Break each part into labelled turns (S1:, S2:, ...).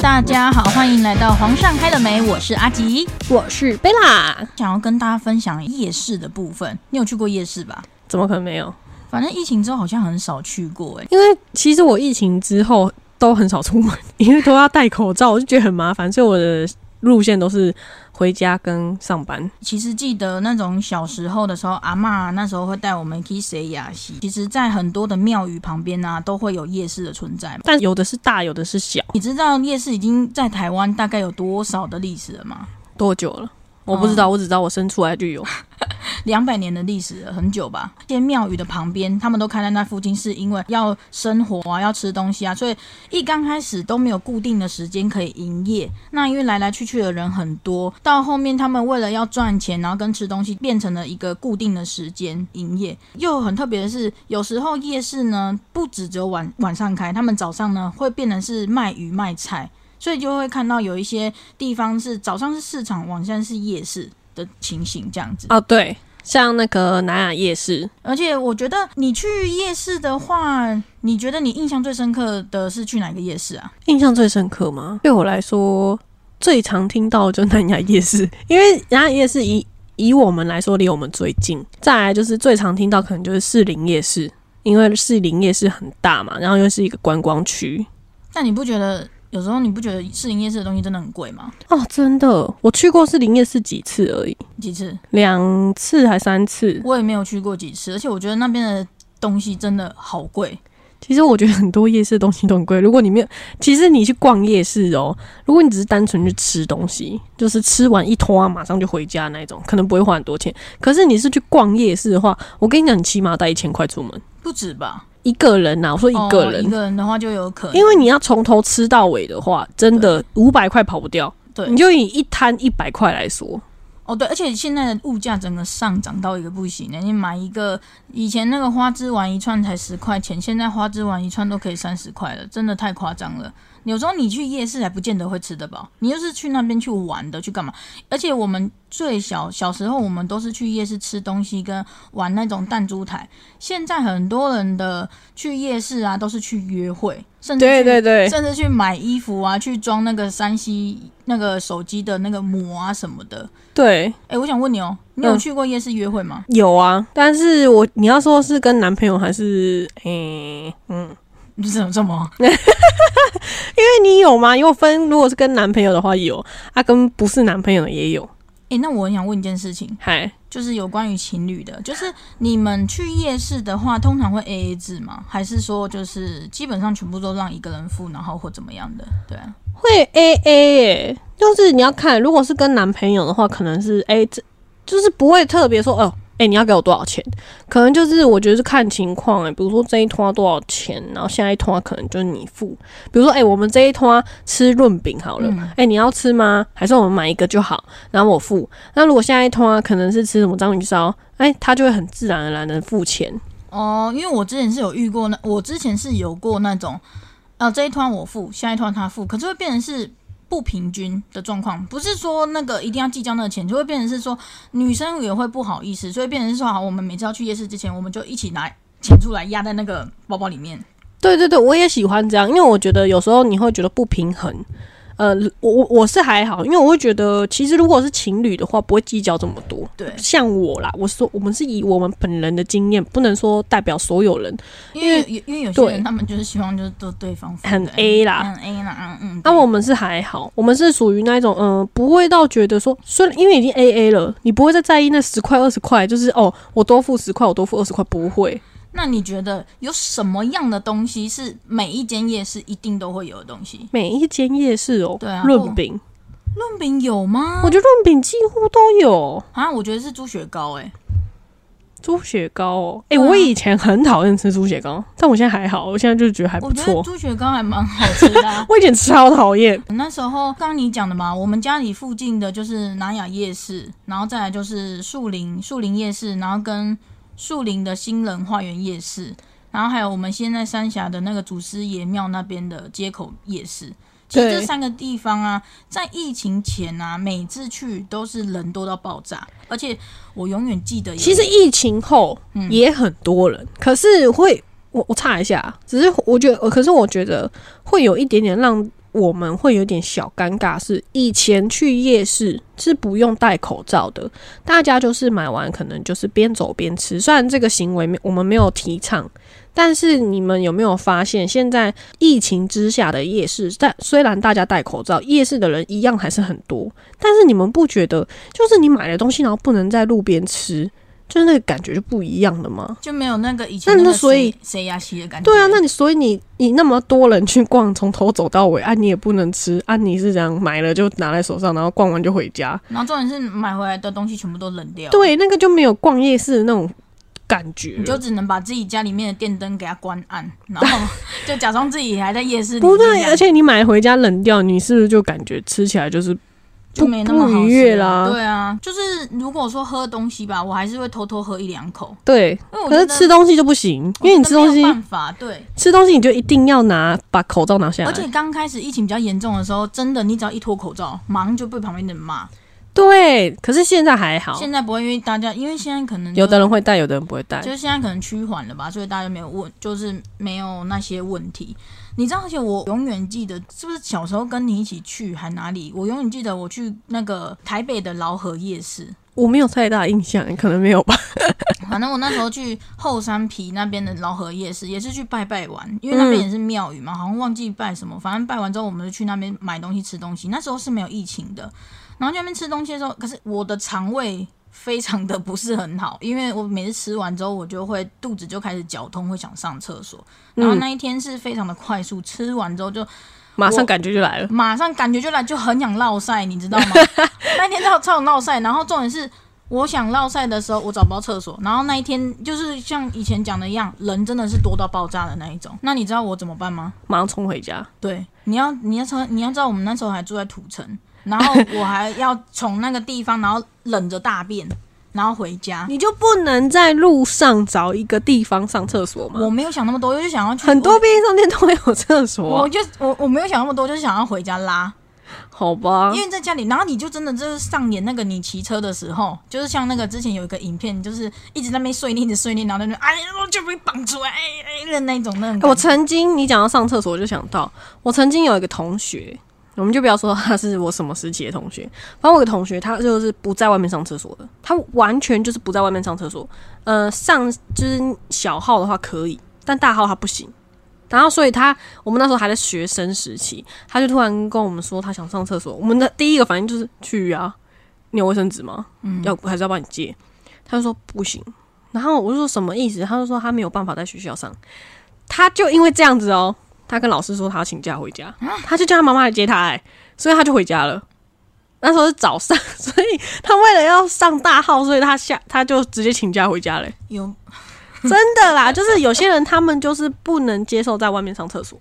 S1: 大家好，欢迎来到皇上开了没？我是阿吉，
S2: 我是贝拉，
S1: 想要跟大家分享夜市的部分。你有去过夜市吧？
S2: 怎么可能没有？
S1: 反正疫情之后好像很少去过、欸，哎，
S2: 因为其实我疫情之后都很少出门，因为都要戴口罩， 我就觉得很麻烦，所以我的路线都是回家跟上班。
S1: 其实记得那种小时候的时候，阿嬷那时候会带我们去谁雅西。其实，在很多的庙宇旁边啊，都会有夜市的存在嘛。
S2: 但有的是大，有的是小，
S1: 你知道夜市已经在台湾大概有多少的历史了吗？
S2: 多久了？我不知道，我只知道我生出来就有。
S1: 两百年的历史了，很久吧。这些庙宇的旁边，他们都开在那附近，是因为要生活啊，要吃东西啊，所以一刚开始都没有固定的时间可以营业。那因为来来去去的人很多，到后面他们为了要赚钱，然后跟吃东西变成了一个固定的时间营业。又很特别的是，有时候夜市呢，不只只有晚晚上开，他们早上呢会变成是卖鱼卖菜。所以就会看到有一些地方是早上是市场，晚上是夜市的情形这样子。
S2: 哦，对，像那个南雅夜市，
S1: 而且我觉得你去夜市的话，你觉得你印象最深刻的是去哪个夜市啊？
S2: 印象最深刻吗？对我来说，最常听到就南雅夜市， 因为南雅夜市以以我们来说离我们最近。再来就是最常听到可能就是士林夜市，因为士林夜市很大嘛，然后又是一个观光区。
S1: 但你不觉得有时候你不觉得士林夜市的东西真的很贵吗？
S2: 哦，真的，我去过士林夜市几次而已，
S1: 几次
S2: 两次还三次。
S1: 我也没有去过几次，而且我觉得那边的东西真的好贵。
S2: 其实我觉得很多夜市的东西都很贵。如果你没有，其实你去逛夜市哦，如果你只是单纯去吃东西，就是吃完一拖啊马上就回家那一种，可能不会花很多钱。可是你是去逛夜市的话，我跟你讲，你起码要带一千块出门，
S1: 不止吧？
S2: 一个人啊呐、我说一个
S1: 哦
S2: 人，
S1: 一个人的话就有可能，
S2: 因为你要从头吃到尾的话，真的五百块跑不掉。
S1: 对
S2: 你就以一摊一百块来说，
S1: 哦，对，而且现在的物价整个上涨到一个不行欸了。你买一个以前那个花枝丸一串才十块钱，现在花枝丸一串都可以三十块了，真的太夸张了。有时候你去夜市还不见得会吃得饱，你又是去那边去玩的，去干嘛？而且我们最小小时候，我们都是去夜市吃东西跟玩那种弹珠台。现在很多人的去夜市啊，都是去约会，甚至去
S2: 对，
S1: 甚至去买衣服啊，去装那个山西那个手机的那个膜啊什么的。
S2: 对，
S1: 哎、我想问你哦，你有
S2: 嗯
S1: 去过夜市约会吗？
S2: 有啊。但是我你要说是跟男朋友还是诶、嗯，
S1: 你怎么这么？
S2: 那哎你有吗？有分，如果是跟男朋友的话有，啊，跟不是男朋友的也有。
S1: 哎、那我很想问一件事情，
S2: 嗨，
S1: 就是有关于情侣的，就是你们去夜市的话，通常会 A A 制吗？还是说就是基本上全部都让一个人付，然后或怎么样的？对啊，
S2: 会 A A 耶，就是你要看，如果是跟男朋友的话，可能是 A，这就是不会特别说哦。哎、你要给我多少钱？可能就是我觉得是看情况哎、比如说这一拖多少钱，然后下一拖可能就是你付。比如说哎、我们这一拖吃润饼好了，哎、
S1: 嗯
S2: 你要吃吗？还是我们买一个就好，然后我付。那如果下一拖可能是吃什么章鱼烧，哎、他就会很自然而然的付钱。
S1: 哦，因为我之前是有遇过那，我之前是有过那种，呃，这一团我付，下一团他付，可是会变成是不平均的状况，不是说那个一定要计较那个钱，就会变成是说女生也会不好意思，所以变成是说，好，我们每次要去夜市之前，我们就一起拿钱出来压在那个包包里面。
S2: 对对对，我也喜欢这样，因为我觉得有时候你会觉得不平衡。呃，我我我是还好，因为我会觉得其实如果是情侣的话，不会计较这么多。
S1: 对，
S2: 像我啦，我说我们是以我们本人的经验，不能说代表所有人。
S1: 因为
S2: 因
S1: 有因为有些人
S2: 对
S1: 他们就是希望就是都对方付
S2: 很
S1: 对
S2: A 啦
S1: 很 A 啦，嗯嗯。
S2: 那、
S1: 对
S2: 我们是还好，我们是属于那一种，嗯、不会到觉得说，虽然因为已经 A A 了，你不会再在意那十块二十块，就是哦，我多付十块，我多付二十块，不会。
S1: 那你觉得有什么样的东西是每一间夜市一定都会有的东西？
S2: 每一间夜市哦，
S1: 对啊
S2: 润饼，
S1: 润饼有吗？
S2: 我觉得润饼几乎都有。
S1: 啊，我觉得是猪血糕、欸，
S2: 猪血糕哦，哎、
S1: 对啊
S2: 我以前很讨厌吃猪血糕，但我现在还好，我现在就觉得还不
S1: 我觉得
S2: 错。
S1: 猪血糕还蛮好吃的啊、
S2: 我以前超讨厌，
S1: 那时候刚刚你讲的嘛，我们家里附近的就是南雅夜市，然后再来就是树林树林夜市，然后跟树林的新人花园夜市，然后还有我们现在三峡的那个祖师爷庙那边的街口夜市。其实
S2: 对
S1: 这三个地方啊，在疫情前啊，每次去都是人多到爆炸，而且我永远记得有。
S2: 其实疫情后
S1: 嗯
S2: 也很多人，可是会我我查一下，只是我觉得，呃可是我觉得会有一点点让我们会有点小尴尬是，以前呃去夜市是不用戴口罩的，大家就是买完可能就是边走边吃。虽然这个行为没我们没有提倡，但是你们有没有发现，现在疫情之下的夜市，但虽然大家戴口罩，夜市的人一样还是很多，但是你们不觉得就是你买了东西，然后不能在路边吃，就是那个感觉就不一样了吗？
S1: 就没有那个以前
S2: 那
S1: 个
S2: 那所以
S1: 谁谁呀西的感觉。
S2: 对啊，那你所以你你那么多人去逛，从头走到尾啊，你也不能吃啊，你是这样买了就拿在手上，然后逛完就回家，
S1: 然后重点是买回来的东西全部都冷掉，，
S2: 对，那个就没有逛夜市的那种感觉了，
S1: 你就只能把自己家里面的电灯给它关暗，然后 就假装自己还在夜市里面
S2: 不
S1: 这样。
S2: 对，而且你买回家冷掉，你是不是就感觉吃起来就是
S1: 就没那么好吃
S2: 不愉悦啦
S1: 对啊，就是如果说喝东西吧，我还是会偷偷喝一两口，
S2: 对？
S1: 因为我
S2: 可
S1: 觉
S2: 是
S1: 得
S2: 吃东西就不行，因为你吃
S1: 我
S2: 东
S1: 觉得没
S2: 西
S1: 有办法对。
S2: 吃东西你就一定要拿把口罩拿下
S1: 而且
S2: 来，
S1: 刚开始疫情比较严重的时候，真的你只要一脱口罩，马上就被旁边的人骂。
S2: 对。可是现在还好，
S1: 现在不会，因为大家因为现在可能就
S2: 有的人会戴，有的人不会戴，
S1: 就是现在可能趋缓了吧，所以大家没有问，就是没有那些问题。你知道，而且我永远记得，是不是小时候跟你一起去还哪里？我永远记得我去那个台北的劳河夜市，
S2: 我没有太大印象，可能没有吧。
S1: 反正我那时候去后山皮那边的劳河夜市，也是去拜拜完，因为那边也是庙宇嘛，好像忘记拜什么，反正拜完之后我们就去那边买东西吃东西。那时候是没有疫情的，然后去那边吃东西的时候，可是我的肠胃非常的不是很好，因为我每次吃完之后，我就会肚子就开始绞痛，会想上厕所。然后那一天是非常的快速，吃完之后就
S2: 马上
S1: 我
S2: 感觉就来了。
S1: 马上感觉就来，就很想落晒，你知道 吗？那天超超想落晒，然后重点是我想落晒的时候，我找不到厕所，然后那一天就是像以前讲的一样，人真的是多到爆炸的那一种。那你知道我怎么办吗？
S2: 马上冲回家。
S1: 对，你要你要从你要知道，我们那时候还住在土城，然后我还要从那个地方，然后忍着大便，然后回家。
S2: 你就不能在路上找一个地方上厕所吗？
S1: 我没有想那么多，我就想要去
S2: 很多便利商店都会有厕所啊、
S1: 我就我我没有想那么多，就是想要回家拉。
S2: 好吧？
S1: 因为在家里，然后你就真的就是上演那个你骑车的时候，就是像那个之前有一个影片，就是一直在那边碎念，一直碎念，然后在那边哎，我就被绑出来，哎哎的那种那种感觉。
S2: 我曾经你讲到上厕所，我就想到我曾经有一个同学，我们就不要说他是我什么时期的同学，反正我有个同学他就是不在外面上厕所的，他完全就是不在外面上厕所。呃，上就是小号的话可以，但大号他不行。然后，所以他我们那时候还在学生时期，他就突然跟我们说他想上厕所。我们的第一个反应就是去啊，你有卫生纸吗？嗯，要还是要帮你借？他就说不行。然后我就说什么意思？他就说他没有办法在学校上。他就因为这样子哦，他跟老师说他要请假回家，他就叫他妈妈来接他、哎，所以他就回家了。那时候是早上， 所以他为了要上大号，所以他下他就直接请假回家嘞、
S1: 有，
S2: 真的啦，就是有些人他们就是不能接受在外面上厕所，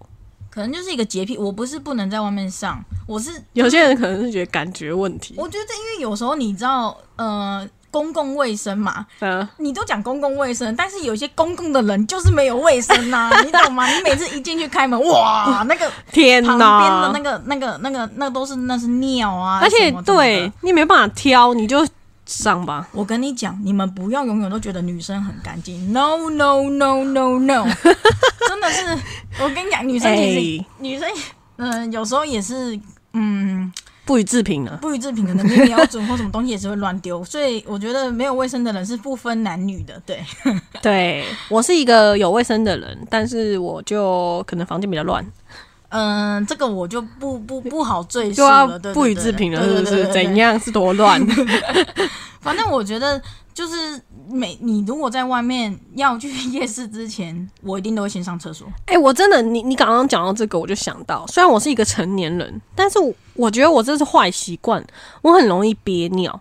S1: 可能就是一个洁癖。我不是不能在外面上，我是
S2: 有些人可能是觉得感觉问题。
S1: 我觉得，因为有时候你知道，呃，公共卫生嘛，
S2: 嗯、
S1: 你都讲公共卫生，但是有些公共的人就是没有卫生呐、你懂 吗？你每次一进去开门，哇，那个
S2: 天
S1: 旁边的
S2: 哪
S1: 那！个、那个、那个、那都是那是尿啊，
S2: 啊而且
S1: 什么什么的
S2: 对你没办法挑，你就上吧。
S1: 我跟你讲，你们不要永远都觉得女生很干净，no no no no no，真的是，我跟你讲，女生其实、
S2: 哎
S1: 女生，嗯、有时候也是，嗯，
S2: 不予置评啊。
S1: 不予置评，可能没标准或什么东西也是会乱丢，所以我觉得没有卫生的人是不分男女的，对，
S2: 对我是一个有卫生的人，但是我就可能房间比较乱，
S1: 嗯、这个我就不不不好赘述
S2: 就要
S1: 了，对对对
S2: 不予置评了，
S1: 对对
S2: 是不
S1: 对对
S2: 是？
S1: 对
S2: 怎样是多 乱？
S1: 反正我觉得就是每你如果在外面要去夜市之前，我一定都会先上厕所。
S2: 哎、我真的，你你刚刚讲到这个，我就想到，虽然我是一个成年人，但是我我觉得我这是坏习惯，我很容易憋尿。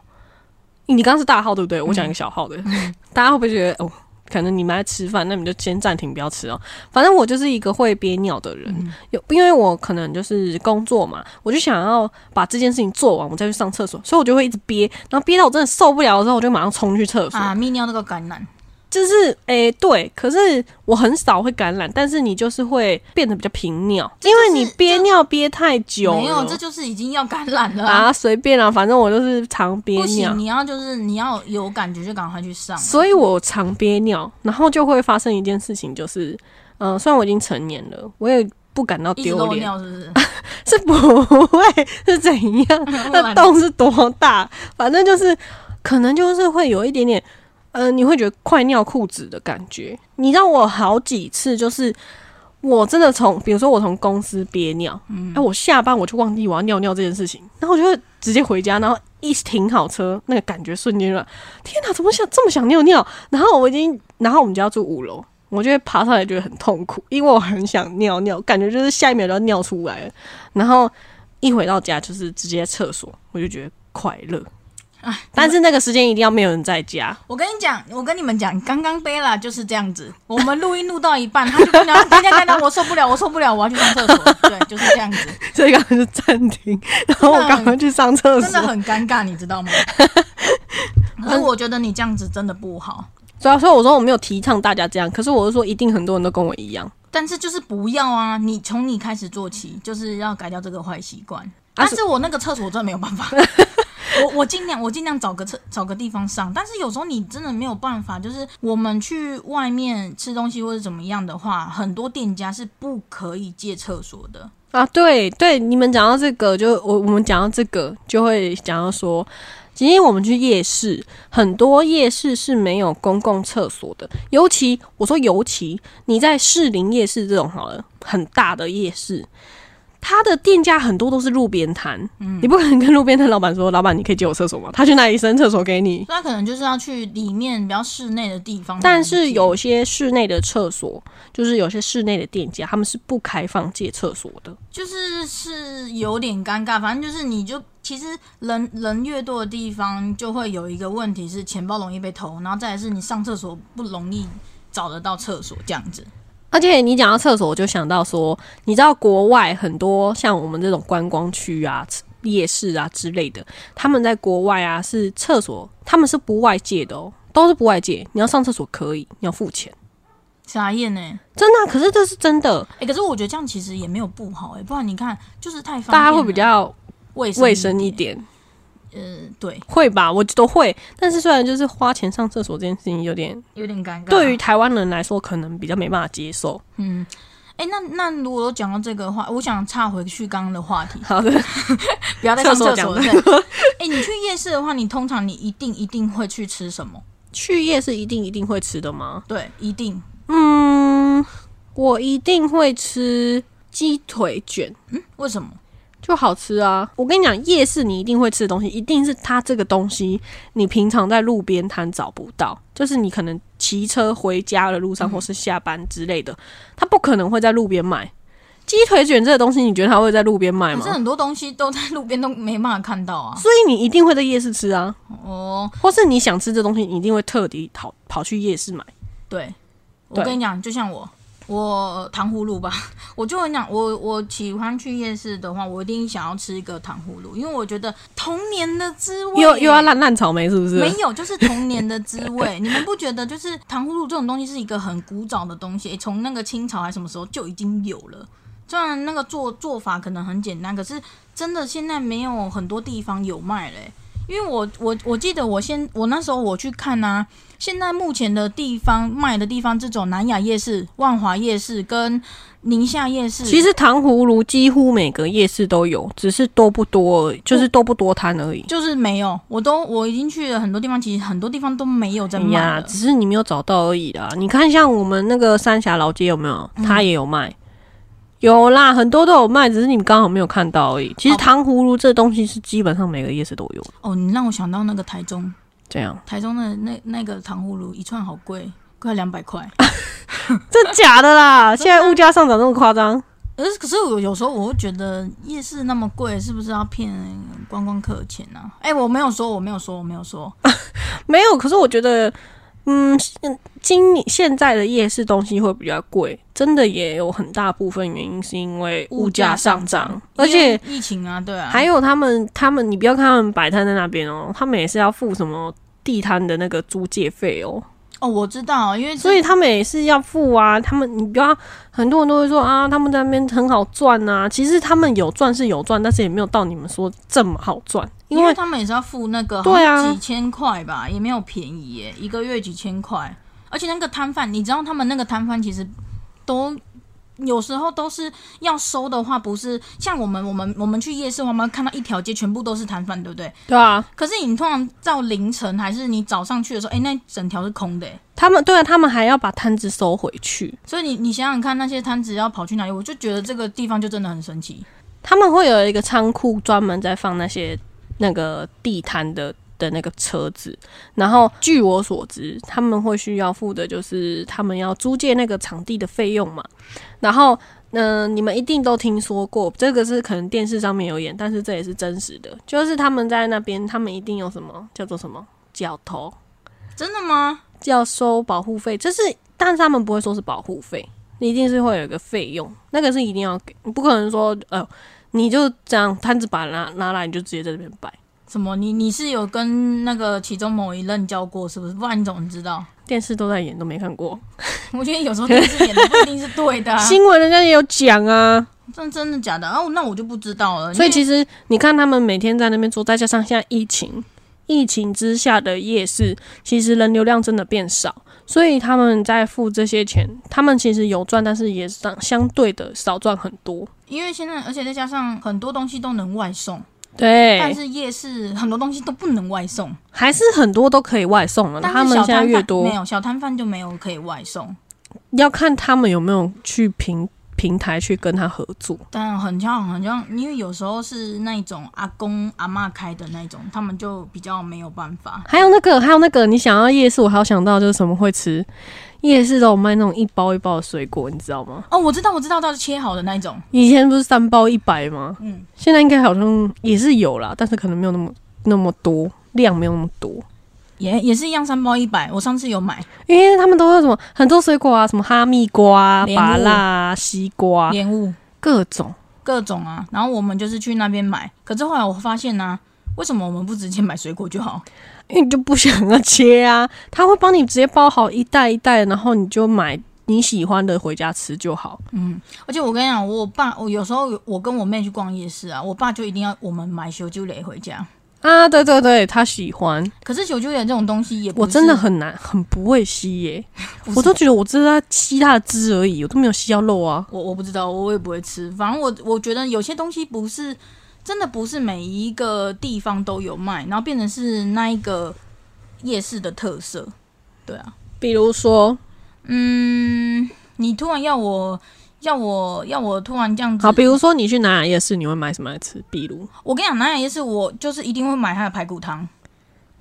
S2: 你刚刚是大号对不对？
S1: 嗯
S2: 我讲一个小号的， 大家会不会觉得哦？可能你们在吃饭，那你们就先暂停，不要吃哦。反正我就是一个会憋尿的人，
S1: 嗯
S2: 有因为我可能就是工作嘛，我就想要把这件事情做完，我再去上厕所，所以我就会一直憋，然后憋到我真的受不了的时候，我就马上冲去厕所。
S1: 啊，泌尿那个感染，
S2: 就是诶、对，可是我很少会感染，但是你就是会变得比较频尿，
S1: 这
S2: 因
S1: 就是
S2: 为你憋尿憋太久了。
S1: 没有，这就是已经要感染了啊！
S2: 啊，随便啦、反正我就是常憋
S1: 不
S2: 尿
S1: 行，，你要就是你要有感觉就赶快去上。啊
S2: 所以我呃常憋尿，然后就会发生一件事情，就是，嗯、虽然我已经成年了，我也不感到
S1: 一直
S2: 丢
S1: 漏
S2: 脸，
S1: 尿是不 是？
S2: 是不会是怎样？那洞是多大？反正就是可能就是会有一点点，呃，你会觉得快尿裤子的感觉。你让我好几次就是。我真的从，比如说我从公司憋尿，嗯，哎、我下班我就忘记我要尿尿这件事情，然后我就会直接回家，然后一停好车，那个感觉瞬间就来，天哪，怎么想这么想尿尿？然后我已经，然后我们家住五楼，我就会爬上来觉得很痛苦，因为我很想尿尿，感觉就是下一秒就要尿出来了。然后一回到家就是直接厕所，我就觉得快乐。
S1: 哎
S2: 但是那个时间一定要没有人在家，
S1: 我跟你讲，我跟你们讲，刚刚贝拉就是这样子。我们录音录到一半，他就跟你讲：“等一下，等一下，我受不了，我受不了，我要去上厕 所。”对，就是这样子，
S2: 所以刚刚就暂停， 然后我赶快去上厕
S1: 真的
S2: 所。
S1: 很尴尬，你知 道吗？可是我觉得你这样子真的不好，
S2: 所以，所以我说我没有提倡大家这样，可是我是说一定很多人都跟我一样。
S1: 但是就是不要啊！你从你开始做起，就是要改掉这个坏习惯。但
S2: 啊
S1: 是我那个厕所真的没有办 法，我我尽量我尽量找个厕找个地方上，但是有时候你真的没有办法，就是我们去外面吃东西或者怎么样的话，很多店家是不可以借厕所的。
S2: 啊，对对，你们讲到这个，就我我们讲到这个，就会讲到说，今天我们去夜市，很多夜市是没有公共厕所的，尤其我说尤其你在士林夜市这种好了，很大的夜市。它的店家很多都是路边摊，你不可能跟路边摊老板说，老板你可以借我厕所吗？他去哪里生厕所给
S1: 所
S2: 你？
S1: 以他可能就是要去里面比较室内的地方才能
S2: 但
S1: 借，
S2: 是有些室内的厕所，就是有些室内的店家，他们是不开放借厕所的。
S1: 就是是有点尴尬，反正就是你就其实人人越多的地方，就会有一个问题是钱包容易被偷，然后再来是你上厕所不容易找得到厕所这样子。
S2: 而且你讲到厕所，我就想到说，你知道国外很多像我们这种观光区啊、夜市啊之类的，他们在国外啊是厕所，他们是不外借的哦，都是不外借。你要上厕所可以，你要付钱，
S1: 傻眼欸呢、
S2: 真的啊、可是这是真的，
S1: 哎、可是我觉得这样其实也没有不好哎、不然你看就是太方便
S2: 大
S1: 了，
S2: 家会比较
S1: 卫生
S2: 卫生一。点，
S1: 呃，对，
S2: 会吧？我都会。但是虽然就是花钱上厕所这件事情有点，
S1: 有点尴尬。
S2: 对于台湾人来说可能比较没办法接受。
S1: 嗯，哎、那那如果讲到这个的话，我想岔回去刚刚的话题，
S2: 好的，
S1: 不要再上厕
S2: 厕
S1: 所
S2: 所
S1: 了。
S2: 讲
S1: 对哎、你去夜市的话，你通常你一定一定会去吃什么？
S2: 去夜市一定一定会吃的吗？
S1: 对，一定。
S2: 嗯，我一定会吃鸡腿卷，
S1: 为什么？
S2: 就好吃啊！我跟你讲，夜市你一定会吃的东西，一定是它这个东西你平常在路边摊找不到，就是你可能骑车回家的路
S1: 嗯
S2: 上，或是下班之类的，它不可能会在路边卖。鸡腿卷这个东西，你觉得它会在路边卖
S1: 可
S2: 吗
S1: 是？很多东西都在路边都没办法看到啊。
S2: 所以你一定会在夜市吃啊，
S1: 哦，
S2: 或是你想吃这东西，你一定会特地跑跑去夜市买。
S1: 对，我
S2: 对
S1: 跟你讲，就像我，我糖葫芦吧， 我就跟你讲，我我喜欢去夜市的话，我一定想要吃一个糖葫芦，因为我觉得童年的滋味啊
S2: 又又要烂烂草莓是不是？
S1: 没有，就是童年的滋味。 你们不觉得就是糖葫芦这种东西是一个很古早的东西，从那个清朝还是什么时候就已经有了？虽然那个做做法可能很简单，可是真的现在没有很多地方有卖嘞、因为我我我记得我先我那时候我去看啊，现在目前的地方卖的地方，这种南雅夜市、万华夜市跟宁夏夜市，
S2: 其实糖葫芦几乎每个夜市都有，只是多不多而已，就是多不多摊而已。
S1: 就是没有，我都我已经去了很多地方，其实很多地方都没有在
S2: 哎
S1: 卖
S2: 呀，
S1: 了。
S2: 只是你没有找到而已啦。你看，像我们那个三峡老街有没有？它也有卖，有啦，很多都有卖，只是你刚好没有看到而已。其实
S1: 好吧
S2: 糖葫芦这东西是基本上每个夜市都有的，
S1: 哦，你让我想到那个台中
S2: 这样
S1: 台中的那那个糖葫芦一串好贵，快两百块。
S2: 真假的啦？ 现在物价上涨那么夸张，
S1: 可是可是我有时候我会觉得夜市那么贵，是不是要骗观光客钱呢、啊？哎、我没有说，我没有说，我没有说。
S2: 没有。可是我觉得，嗯，现今年现在的夜市东西会比较贵，真的也有很大部分原因是因为物价上涨，而
S1: 因
S2: 且
S1: 为疫情啊，对啊，
S2: 还有他们，他们，你不要看他们摆摊在那边哦，他们也是要付什么地摊的那个租借费哦，
S1: 哦，我知道，因为
S2: 所以他们也是要付啊。他们，你不要，很多人都会说啊，他们在那边很好赚啊。其实他们有赚是有赚，但是也没有到你们说这么好赚，因
S1: 因为
S2: 为
S1: 他们也是要付那个
S2: 对啊
S1: 好像几千块吧，也没有便宜耶，一个月几千块。而且那个摊贩，你知道他们那个摊贩其实都有时候都是要收的话，不是像我们我们我们去夜市，我们看到一条街全部都是摊贩，对不对？
S2: 对啊，
S1: 可是你通常到凌晨还是你早上去的时候，哎、那整条是空的、哎
S2: 他们对啊，他们还要把摊子收回去，
S1: 所以你你想想看，那些摊子要跑去哪里？我就觉得这个地方就真的很神奇。
S2: 他们会有一个仓库专门在放那些那个地摊的的那个车子，然后据我所知，他们会需要付的就是他们要租借那个场地的费用嘛，然后。嗯、你们一定都听说过，这个是可能电视上面有演，但是这也是真实的。就是他们在那边，他们一定有什么叫做什么角头，
S1: 真的吗？
S2: 要收保护费，就是但是他们不会说是保护费，你一定是会有一个费用，那个是一定要给，你不可能说呃，你就这样摊子把它拿拿来，你就直接在这边摆。
S1: 什么？你你是有跟那个其中某一任交过是不是？不然你怎么知道？
S2: 电视都在演，都没看过。
S1: 我觉得有时候电视演的不一定是对的、啊，
S2: 新闻人家也有讲啊，
S1: 真真的假的？哦，那我就不知道了。
S2: 所以其
S1: 实
S2: 实你看他们每天在那边做，再加上现在疫情，疫情之下的夜市，其实人流量真的变少，所以他们在付这些钱，他们其实有赚，但是也相相对的少赚很多。
S1: 因为现在，而且再加上很多东西都能外送，
S2: 对，
S1: 但是夜市很多东西都不能外送。
S2: 还是很多都可以外送了，
S1: 但
S2: 他
S1: 是
S2: 们
S1: 小
S2: 现在
S1: 摊
S2: 越
S1: 贩
S2: 多
S1: 没，有小摊贩就没有可以外送，
S2: 要看他们有没有去平平台去跟他合作。
S1: 但很像很像，因为有时候是那种阿公阿嬷开的那种，他们就比较没有办法。
S2: 还有那个，还有那个，你想要夜市，我还有想到就是什么会吃，夜市都有卖那种一包一包的水果，你知道吗？
S1: 哦，我知道，我知道，到切好的那种，
S2: 以前不是三包一百吗？
S1: 嗯，
S2: 现在应该好像也是有啦，但是可能没有那么那么多量，没有那么多，
S1: 也也是一样，三包一百。我上次有买
S2: 因为他们都会有什么很多水果啊，什么哈密瓜啊、
S1: 莲雾
S2: 芭辣啊、西瓜啊，
S1: 莲雾，
S2: 各种。
S1: 各种啊，然后我们就是去那边买。可是后来我发现呢、啊为什么我们不直接买水果就好？
S2: 因为 你就不想要切啊，他会帮你直接包好一袋一袋，然后你就买你喜欢的回家吃就好。
S1: 而且我跟你讲，我爸，我有时候有我跟我妹去逛夜市啊，我爸就一定要我们买小酒蕾回家。
S2: 啊，对对对，他喜欢，
S1: 可是小酒蕾这种东西也不
S2: 我
S1: 是
S2: 真的很难，很不会吸耶、
S1: 不是
S2: 我都觉得我只是在吸它的汁而已，我都没有吸到肉啊。
S1: 我我不知道，我也不会吃。反正我我觉得有些东西不是真的，不是每一个地方都有卖，然后变成是那一个夜市的特色。对啊，
S2: 比如说，
S1: 嗯，你突然要我要我要我突然这样子
S2: 好，，比如说你去南雅夜市，你会买什么来吃？比如
S1: 我跟你讲，南雅夜市我就是一定会买它的排骨汤。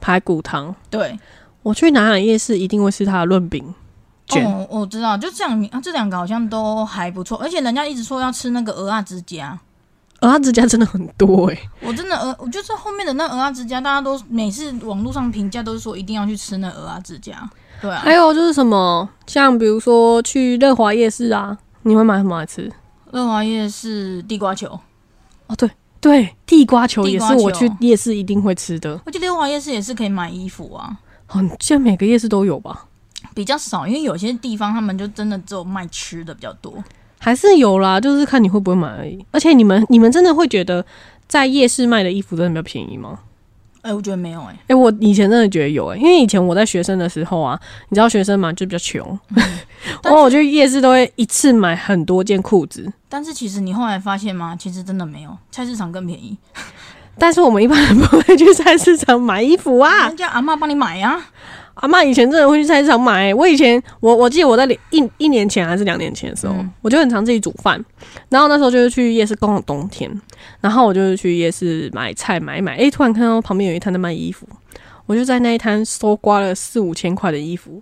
S2: 排骨汤，
S1: 对，
S2: 我去南雅夜市一定会吃它的润饼卷。
S1: 哦，我知道，就这样，啊这两个好像都还不错，而且人家一直说要吃那个鹅啊之家。
S2: 而哦它指甲真的很多诶、
S1: 我真的鹅，我就是后面的那鹅啊之家，大家都每次网络上评价都是说一定要去吃那鹅啊之家。对啊，
S2: 还有就是什么，像比如说去乐华夜市啊，你会买什么来吃？
S1: 乐华夜市地瓜球，
S2: 哦对，地瓜球也
S1: 地
S2: 是
S1: 瓜球
S2: 我去夜市一定会吃的，
S1: 我记得乐华夜市也是可以买衣服啊，
S2: 好像每个夜市都有吧？
S1: 比较少，因为有些地方他们就真的只有卖吃的比较多。
S2: 还是有啦，就是看你会不会买而已。而且你们你们真的会觉得在夜市卖的衣服真的比较便宜吗？
S1: 哎、我觉得没有哎、
S2: 诶、我以前真的觉得有诶、因为以前我在学生的时候啊，你知道学生嘛就比较穷， 然
S1: 嗯但
S2: 后
S1: 是
S2: 我去夜市都会一次买很多件裤子，
S1: 但是其实你后来发现吗？其实真的没有，菜市场更便宜，
S2: 但是我们一般人不会去菜市场买衣服啊。
S1: 人家阿嬷帮你买呀、啊。
S2: 阿妈以前真的会去菜市场买、欸。我以前，我我记得我在两一一年前还是两年前的时候，
S1: 嗯
S2: 我就很常自己煮饭。然后那时候就是去夜市，刚好冬天，然后我就是去夜市买菜买一买。诶、突然看到旁边有一摊在卖衣服，我就在那一摊搜刮了四五千块的衣服，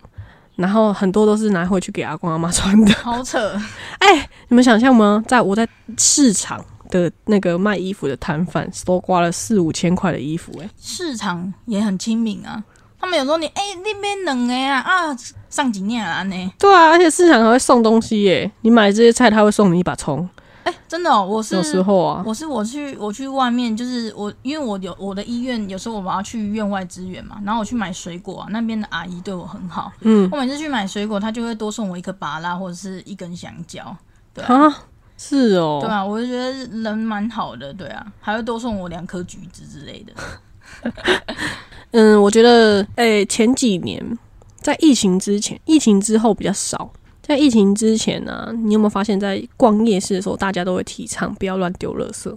S2: 然后很多都是拿回去给阿公阿妈穿的。
S1: 好扯，
S2: 你们想象吗？在我在市场的那个卖衣服的摊贩搜刮了四五千块的衣服、欸，
S1: 市场也很亲民啊。他们有时候你哎、那边冷哎啊啊上几年啊呢？
S2: 对啊，而且市场还会送东西耶、你买这些菜，他会送你一把葱。
S1: 哎、真的、哦，我是
S2: 有时候啊，
S1: 我是我去我去外面，就是我因为我有我的医院，有时候我们要去院外支援嘛，然后我去买水果啊，那边的阿姨对我很好，
S2: 嗯
S1: 我每次去买水果，她就会多送我一颗芭拉或者是一根香蕉，对啊，
S2: 啊，是哦，
S1: 对啊，我就觉得人蛮好的，对啊，还会多送我两颗橘子之类的，
S2: 嗯，我觉得，诶、前几年在疫情之前，疫情之后比较少，在疫情之前呢、你有没有发现，在逛夜市的时候，大家都会提倡不要乱丢垃圾？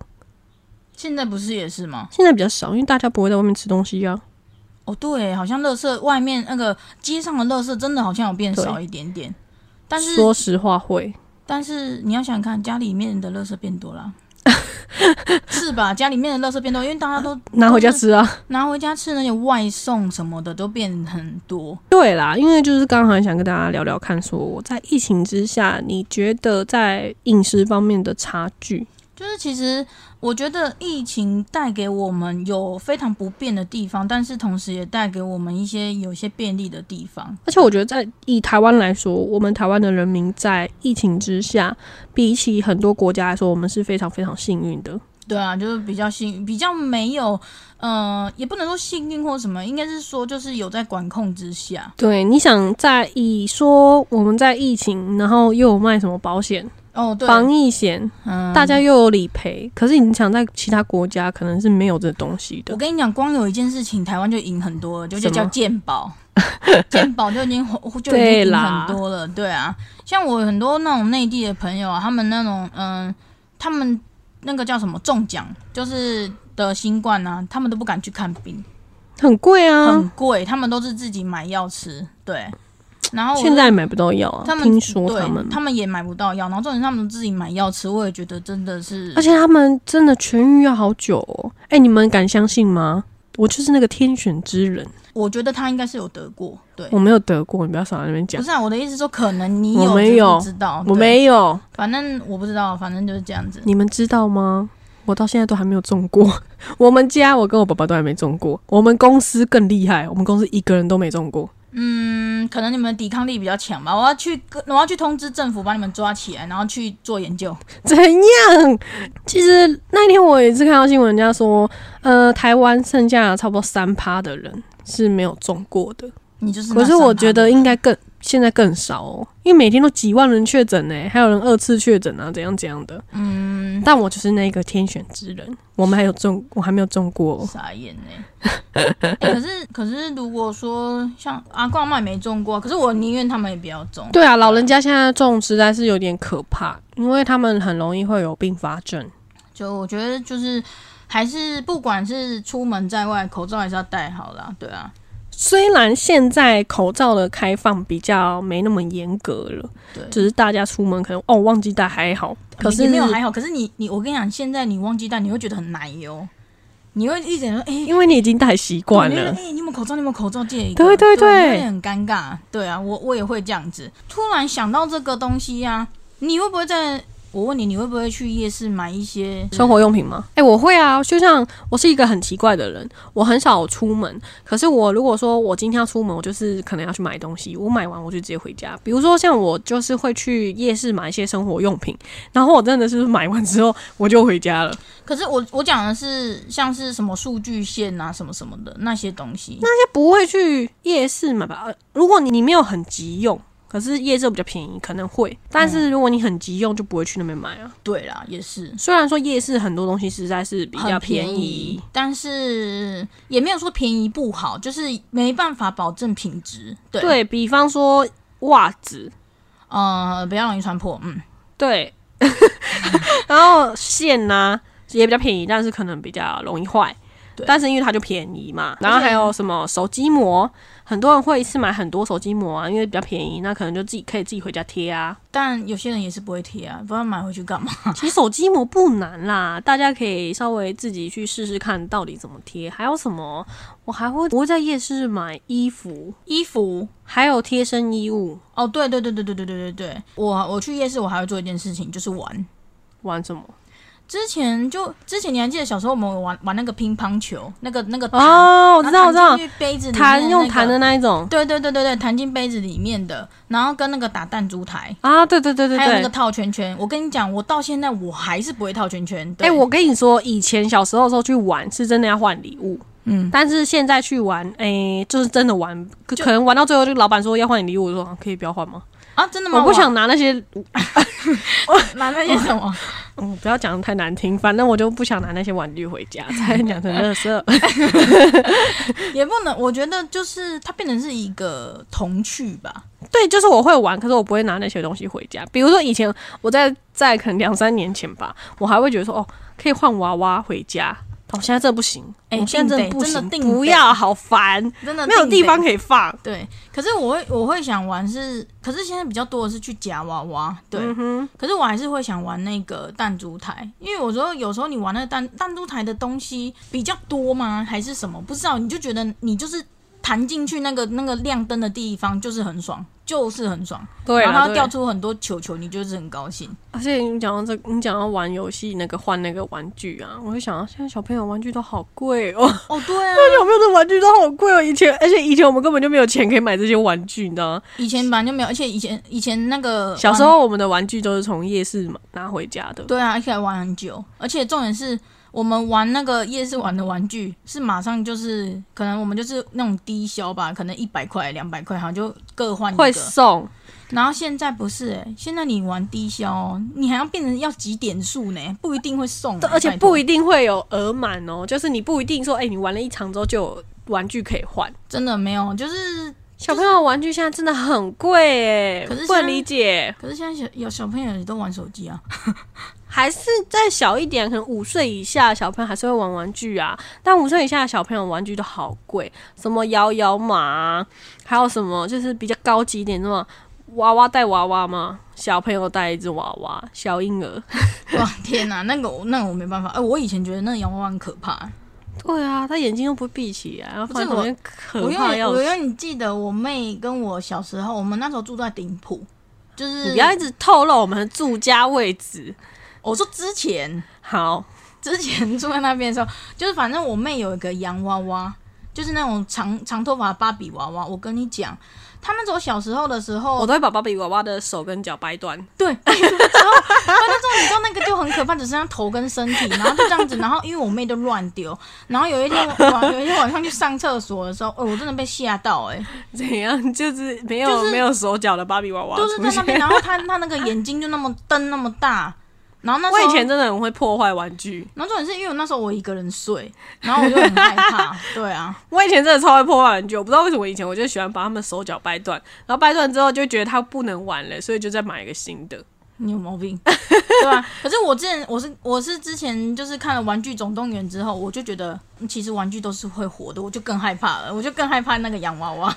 S1: 现在不是也是吗？
S2: 现在比较少，因为大家不会在外面吃东西啊。
S1: 哦，对，好像垃圾外面那个街上的垃圾真的好像有变少一点点，但是
S2: 说实话会，
S1: 但是你要想想看，家里面的垃圾变多 了。啊是吧？家里面的垃圾变多，因为大家都
S2: 拿回家吃啊。
S1: 拿回家吃，那些外送什么的都变很多。
S2: 对啦，因为就是刚好想跟大家聊聊看，说我在疫情之下，你觉得在饮食方面的差距？
S1: 就是其实我觉得疫情带给我们有非常不便的地方，但是同时也带给我们一些有一些便利的地方。
S2: 而且我觉得在以台湾来说，我们台湾的人民在疫情之下，比起很多国家来说，我们是非常非常幸运的。
S1: 对啊，就是比较幸，比较没有，呃，也不能说幸运或什么，应该是说就是有在管控之下。
S2: 对，你想在以说我们在疫情，然后又有卖什么保险、
S1: 哦，对，
S2: 防疫险，
S1: 嗯，
S2: 大家又有理赔，可是你想在其他国家可能是没有这东西
S1: 我
S2: 的。
S1: 跟你讲，光有一件事情，台湾就赢很多了，就就
S2: 什么
S1: 叫健 保，健保就已经就已经
S2: 对
S1: 赢
S2: 啦
S1: 很多了。对啊，像我很多那种内地的朋友啊，他们那种嗯，他们那个叫什么中奖，就是得新冠啊，他们都不敢去看病，
S2: 很贵啊
S1: 很，贵，他们都是自己买药吃。对，然后我
S2: 现在买不到药啊
S1: 他，们
S2: 听说
S1: 对
S2: 他们，
S1: 他们也买不到药，然后重点是他们自己买药吃，我也觉得真的是
S2: 而且他们真的痊愈要好久哦。哎、你们敢相信吗？我就是那个天选之人，
S1: 我觉得他应该是有得过，对，
S2: 我没有得过，你不要少在那边讲
S1: 不，是啊，我的意思说，可能你
S2: 我
S1: 有，
S2: 没
S1: 只是
S2: 有
S1: 不知道，
S2: 我
S1: 哦对，
S2: 没有，
S1: 反正我不知道，反正就是这样子。
S2: 你们知道吗？我到现在都还没有中过， 我们家我跟我爸爸都还没中过，我们公司更厉害，我们公司一个人都没中过。
S1: 嗯，可能你们抵抗力比较强吧。我要去跟，我要去通知政府把你们抓起来，然后去做研究。
S2: 怎样？其实那天我也是看到新闻，人家说，呃，台湾剩下差不多三趴的人是没有中过的，
S1: 你就是那
S2: 可
S1: 三趴的
S2: 是
S1: 人。
S2: 我觉得应该更现在更少哦，因为每天都几万人确诊呢，还有人二次确诊啊，怎样怎样的。
S1: 嗯，
S2: 但我就是那个天选之人，我们还有中，我还没有中过哦。
S1: 傻眼呢、欸可是可是，如果说像阿公阿妈也没中过，可是我宁愿他们也不要中。
S2: 对啊，老人家现在中实在是有点可怕，因为他们很容易会有并发症。
S1: 就我觉得就是还是不管是出门在外，口罩还是要戴好啦。对啊，
S2: 虽然现在口罩的开放比较没那么严格了，
S1: 对，
S2: 只是大家出门可能哦忘记带还好，可是
S1: 也没有还好。可是你你，我跟你讲，现在你忘记戴，你会觉得很奶油，你会一直说哎。欸
S2: 因为你已经戴习惯
S1: 对我
S2: 了
S1: 就，哎、你有没有口罩？你有没有口罩？借一个。
S2: 对对对
S1: 我也很尴尬。对啊，我我也会这样子。突然想到这个东西啊，你会不会在？我问你，你会不会去夜市买一些
S2: 生活用品吗？哎、我会啊，就像我是一个很奇怪的人，我很少出门。可是我如果说我今天要出门，我就是可能要去买东西，我买完我就直接回家。比如说像我就是会去夜市买一些生活用品，然后我真的是买完之后我就回家了。
S1: 可是我我讲的是像是什么数据线啊，什么什么的那些东西。
S2: 大家不会去夜市买吧？呃如果你你没有很急用，可是夜市比较便宜，可能会。但是如果你很急用，就不会去那边买啊。
S1: 对啦，也是
S2: 虽然说夜市很多东西实在是比较
S1: 很便宜，但是也没有说便宜不好，就是没办法保证品质。对，
S2: 对比方说袜子，
S1: 呃，比较容易穿破。嗯，
S2: 对， 然后线呐、也比较便宜，但是可能比较容易坏
S1: 对。
S2: 但是因为它就便宜嘛，然
S1: 而
S2: 后
S1: 且
S2: 还有什么手机膜，很多人会一次买很多手机膜啊，因为比较便宜，那可能就自己可以自己回家贴啊。
S1: 但有些人也是不会贴啊，不知道买回去干嘛。
S2: 其实手机膜不难啦，大家可以稍微自己去试试看到底怎么贴。还有什么？我还会我会在夜市买衣服，
S1: 衣服
S2: 还有贴身衣物。
S1: 哦，对对对对对对对对对，我我去夜市，我还会做一件事情，就是玩。
S2: 玩什么？
S1: 之前就之前你还记得小时候我们玩玩那个乒乓球，那个那个弹，
S2: 哦，我知
S1: 然
S2: 道，
S1: 后
S2: 我知道
S1: 弹，进去杯子里面
S2: 弹
S1: 那
S2: 用
S1: 个
S2: 弹的，那一种
S1: 对对对对对，弹进杯子里面的，然后跟那个打弹珠台，
S2: 啊，对对对对
S1: 还有那个
S2: 对。
S1: 套圈圈。我跟你讲，我到现在我还是不会套圈圈。
S2: 哎、
S1: 对
S2: 我跟你说，以前小时候的时候去玩是真的要换礼物，
S1: 嗯，
S2: 但是现在去玩，哎、就是真的玩，可可能玩到最后，就老板说要换你礼物，我说、啊可以不要换吗？
S1: 啊，真的吗？
S2: 我不想拿那些，
S1: 拿那些什么，
S2: 嗯，不要讲得太难听，反正我就不想拿那些玩具回家，才讲成垃圾。
S1: 也不能。我觉得就是它变成是一个童趣吧。
S2: 对，就是我会玩，可是我不会拿那些东西回家。比如说以前我在在可能两三年前吧，我还会觉得说哦，可以换娃娃回家。哦，现在这不行，
S1: 哎
S2: 我现在
S1: 定
S2: 真
S1: 得
S2: 的不
S1: 真
S2: 行
S1: 的，定得
S2: 不要，好烦，
S1: 真的
S2: 没有
S1: 定
S2: 地
S1: 得
S2: 方可以放。
S1: 对，可是我会我会想玩是，可是现在比较多的是去夹娃娃，对。
S2: 嗯哼，
S1: 可是我还是会想玩那个弹珠台，因为我说有时候你玩那个弹弹珠台的东西比较多吗？还是什么？不知道，你就觉得你就是弹进去那个那个亮灯的地方就是很爽，就是很爽，
S2: 对
S1: 然
S2: 啦
S1: 后它
S2: 对
S1: 掉出很多球球，你就是很高兴。
S2: 而且啊你讲到这，你讲到玩游戏那个换那个玩具啊，我就想到现在小朋友玩具都好贵哦，
S1: 哦，对啊，
S2: 小朋友的玩具都好贵哦。以前，而且以前我们根本就没有钱可以买这些玩具，你知道吗？
S1: 以前本来就没有，而且以前以前那个
S2: 小时
S1: 玩
S2: 候我们的玩具都是从夜市嘛拿回家的，
S1: 对啊，而且还玩很久，而且重点是我们玩那个夜市玩的玩具是马上就是，可能我们就是那种低消吧，可能一百块、两百块，好像就各换一
S2: 会
S1: 个。
S2: 送。
S1: 然后现在不是、欸，现在你玩低消、哦，你还要变成要几点数呢？不一定会送、欸
S2: 而且
S1: 拜托
S2: 不一定会有额满哦，就是你不一定说，哎、你玩了一场之后就有玩具可以换。
S1: 真的没有，就是
S2: 小朋友的玩具现在真的很贵哎
S1: 可是，
S2: 不
S1: 现
S2: 能
S1: 在
S2: 理解。
S1: 可是现在小有小朋友也都玩手机啊，
S2: 还是再小一点，可能五岁以下的小朋友还是会玩玩具啊，但五岁以下的小朋友玩具都好贵，什么摇摇马啊，还有什么就是比较高级一点那种娃娃带娃娃嘛，小朋友带一只娃娃，小婴儿。
S1: 哇天哪、那个我那个我没办法，哎、我以前觉得那个洋娃娃很可怕、
S2: 对啊，他眼睛又不会闭起来，然后
S1: 不
S2: 放
S1: 是
S2: 在旁边可
S1: 我永
S2: 怕
S1: 远
S2: 要
S1: 我
S2: 死。
S1: 永远记得我妹跟我小时候，我们那时候住在顶埔，就是
S2: 你不要一直透露我们的住家位置。
S1: 我说之前
S2: 好，
S1: 之前住在那边的时候，就是反正我妹有一个洋娃娃，就是那种长长头发的芭比娃娃。我跟你讲，她那时候小时候的时
S2: 我
S1: 候，
S2: 都会把芭比娃娃的手跟脚掰断。
S1: 对，然后那时候你知道那个就很可怕，只剩下头跟身体，然后就这 样子，然后因为我妹就乱丢，然后有一天晚有一天晚上去上厕所的时候，哦，我真的被吓到哎、
S2: 怎样？就是没有、
S1: 就是
S2: 没有手脚的芭比娃娃
S1: 就是在
S2: 出
S1: 那边，
S2: 现。
S1: 然后她她那个眼睛就那么瞪那么大，然后那
S2: 我
S1: 时候
S2: 以前真的很会破坏玩具。
S1: 然后重点是因为我那时候我一个人睡，然后我就很害 怕。对啊，
S2: 我以前真的超会破坏玩具，我不知道为什么以前我就喜欢把他们手脚掰断，然后掰断之后就觉得它不能玩了，所以就再买一个新的。
S1: 你有毛 病，对啊。可是我之前我是我是之前就是看了《玩具总动员》之后，我就觉得嗯其实玩具都是会活的，我就更害怕了，我就更害怕那个洋娃 娃。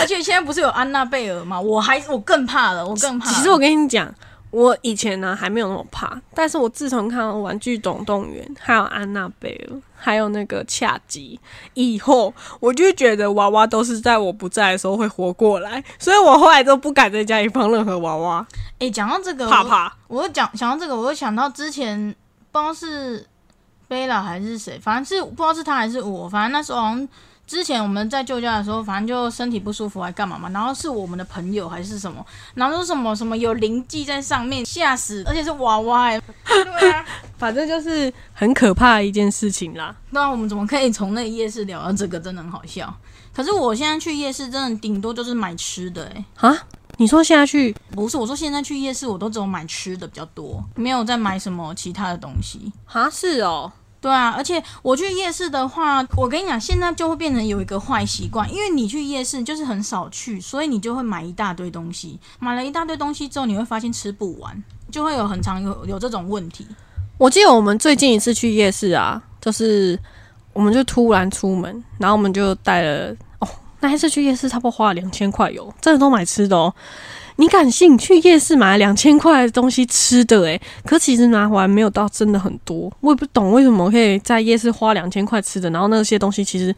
S1: 而且现在不是有安娜贝尔嘛，我还我更怕了，我更怕了。
S2: 其实我跟你讲，我以前呢、还没有那么怕，但是我自从看到《玩具总动员》、还有《安娜贝尔》、还有那个恰吉以后，我就觉得娃娃都是在我不在的时候会活过来，所以我后来都不敢在家里放任何娃娃，
S1: 哎，讲到这个，
S2: 怕怕。
S1: 我又讲想到这个，我又想到之前不知道是贝拉还是谁，反正是不知道是他还是我，反正那时候好像之前我们在旧家的时候，反正就身体不舒服还干嘛嘛，然后是我们的朋友还是什么，然后说什么什么有灵记在上面，吓死，而且是娃娃、欸，对啊，
S2: 反正就是很可怕的一件事情啦。
S1: 那我们怎么可以从那个夜市聊到这个，真的很好笑。可是我现在去夜市，真的顶多就是买吃的、欸，
S2: 啊，你说现在去
S1: 不是，我说现在去夜市，我都只有买吃的比较多，没有再买什么其他的东西。
S2: 啊？是哦，
S1: 对啊，而且我去夜市的话，我跟你讲，现在就会变成有一个坏习惯，因为你去夜市就是很少去，所以你就会买一大堆东西。买了一大堆东西之后，你会发现吃不完，就会有很常有有这种问题。
S2: 我记得我们最近一次去夜市啊，就是我们就突然出门，然后我们就带了哦，那一次去夜市差不多花了两千块油，真的都买吃的哦。你敢信去夜市买了两千块的东西吃的诶、可其实拿回来没有到真的很多，我也不懂为什么可以在夜市花两千块吃的，然后那些东西其实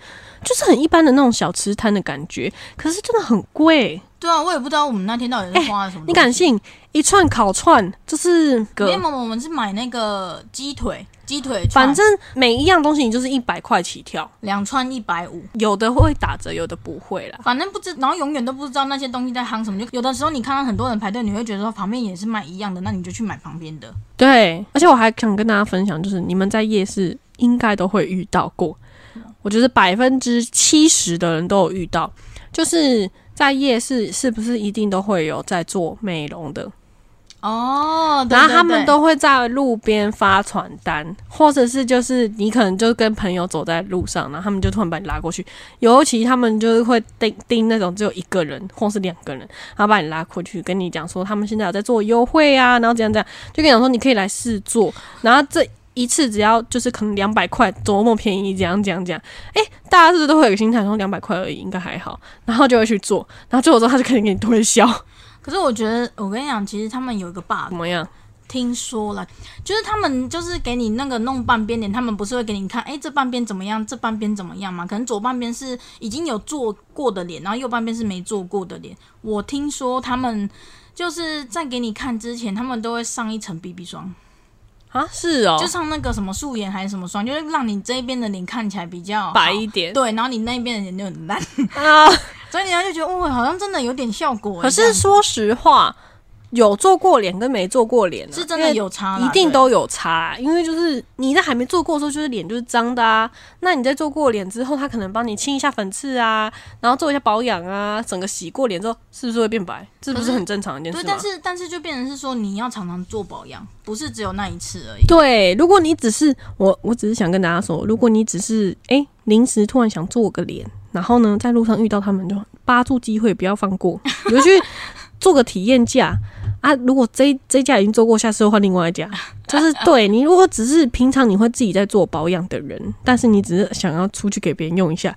S2: 就是很一般的那种小吃摊的感觉，可是真的很贵。
S1: 对啊，我也不知道我们那天到底是花了什么、
S2: 你敢？信一串烤串就是
S1: 因为
S2: 个，
S1: 我们是买那个鸡腿，鸡腿串
S2: 反正每一样东西你就是一百块起跳，
S1: 两串一百五，
S2: 有的会打折，有的不会啦。
S1: 反正不知，然后永远都不知道那些东西在夯什么。就有的时候你看到很多人排队，你会觉得说旁边也是卖一样的，那你就去买旁边的。
S2: 对，而且我还想跟大家分享，就是你们在夜市应该都会遇到过，我觉得百分之七十的人都有遇到，就是在夜市是不是一定都会有在做美容的？
S1: 哦，对
S2: 然后他
S1: 对
S2: 们
S1: 对
S2: 都会在路边发传单，或者是就是你可能就跟朋友走在路上，然后他们就突然把你哎拉过去。尤其他们就是会盯盯那种只有一个人或是两个人，然后把你拉过去，跟你讲说他们现在有在做优惠啊，然后怎样怎样，就跟你讲说你可以来试做，然后这。一次只要就是可能两百块，多么便宜，怎样怎样怎样？哎、大家是不是都会有个心态，说两百块而已，应该还好，然后就会去做，然后做了之后他就开始给你推销，
S1: 可是我觉得，我跟你讲，其实他们有一个 bug，
S2: 怎么样？
S1: 听说了，就是他们就是给你那个弄半边脸，他们不是会给你看，哎，这半边怎么样，这半边怎么样嘛？可能左半边是已经有做过的脸，然后右半边是没做过的脸。我听说他们就是在给你看之前，他们都会上一层 BB 霜，
S2: 啊，是哦，
S1: 就上那个什么素颜还是什么霜，就是让你这一边的脸看起来比较好
S2: 白一点
S1: 对，然后你那一边的脸就很烂，
S2: 啊。
S1: 所以人家就觉得，哦，好像真的有点效果。
S2: 可
S1: 这样
S2: 是说实话，有做过脸跟没做过脸、啊、
S1: 是真的有差
S2: 因为
S1: 啦，
S2: 一定
S1: 对
S2: 都有差、啊因为就是你在还没做过的时候，就是脸就是脏的啊。那你在做过脸之后，他可能帮你清一下粉刺啊，然后做一下保养啊，整个洗过脸之后，是不是会变白？这不是很正常的一件
S1: 对，
S2: 事
S1: 但
S2: 吗？
S1: 是但是就变成是说你要常常做保养，不是只有那一次而已。
S2: 对，如果你只是我，我只是想跟大家说，如果你只是诶临时突然想做个脸，然后呢在路上遇到他们就扒住机会不要放过， 你就去做个体验价啊。如果这这家已经做过，下次又换另外一家，就是对你如果只是平常你会自己在做保养的人，但是你只是想要出去给别人用一下。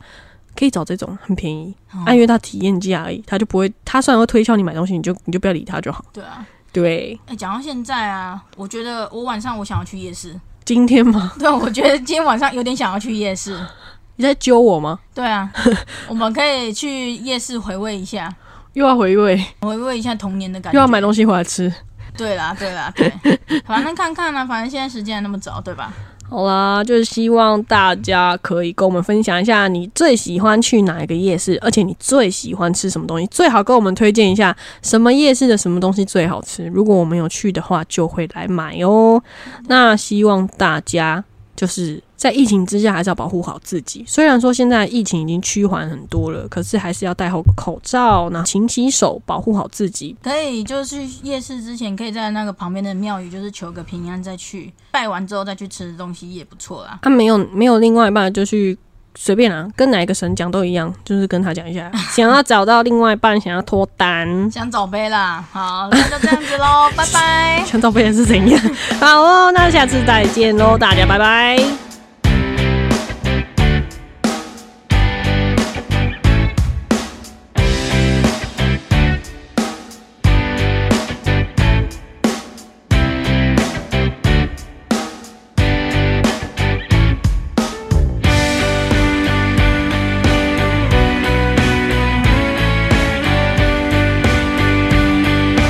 S2: 可以找这种很便宜，啊
S1: 哦
S2: 按、因为它体验价而已，它就不会。它虽然会推销你买东西，你就你就不要理它就好。
S1: 对啊，
S2: 对，
S1: 哎、讲到现在啊，我觉得我晚上我想要去夜市。
S2: 今天吗？
S1: 对，啊我觉得今天晚上有点想要去夜市。
S2: 你在揪我吗？
S1: 对啊，我们可以去夜市回味一下，
S2: 又要回味。
S1: 回味一下童年的感
S2: 又要
S1: 觉。
S2: 买东西回来吃。
S1: 对啦，对啦，对，反正看看啦、反正现在时间还那么早，对吧？
S2: 好啦，就是希望大家可以跟我们分享一下你最喜欢去哪一个夜市，而且你最喜欢吃什么东西，最好跟我们推荐一下什么夜市的什么东西最好吃。如果我们有去的话，就会来买哦。那希望大家就是在疫情之下，还是要保护好自己。虽然说现在疫情已经趋缓很多了，可是还是要戴好口罩，那勤洗手，保护好自己。
S1: 可以，就是去夜市之前，可以在那个旁边的庙宇，就是求个平安再去，拜完之后再去吃东西也不错啦。
S2: 啊，没有没有另外一半就去随便啊，跟哪一个神讲都一样，就是跟他讲一下，想要找到另外一半，想要脱单，
S1: 想找杯啦，好，那就这样子喽，拜拜。
S2: 想找别人是怎样？好哦，那下次再见喽，大家拜拜。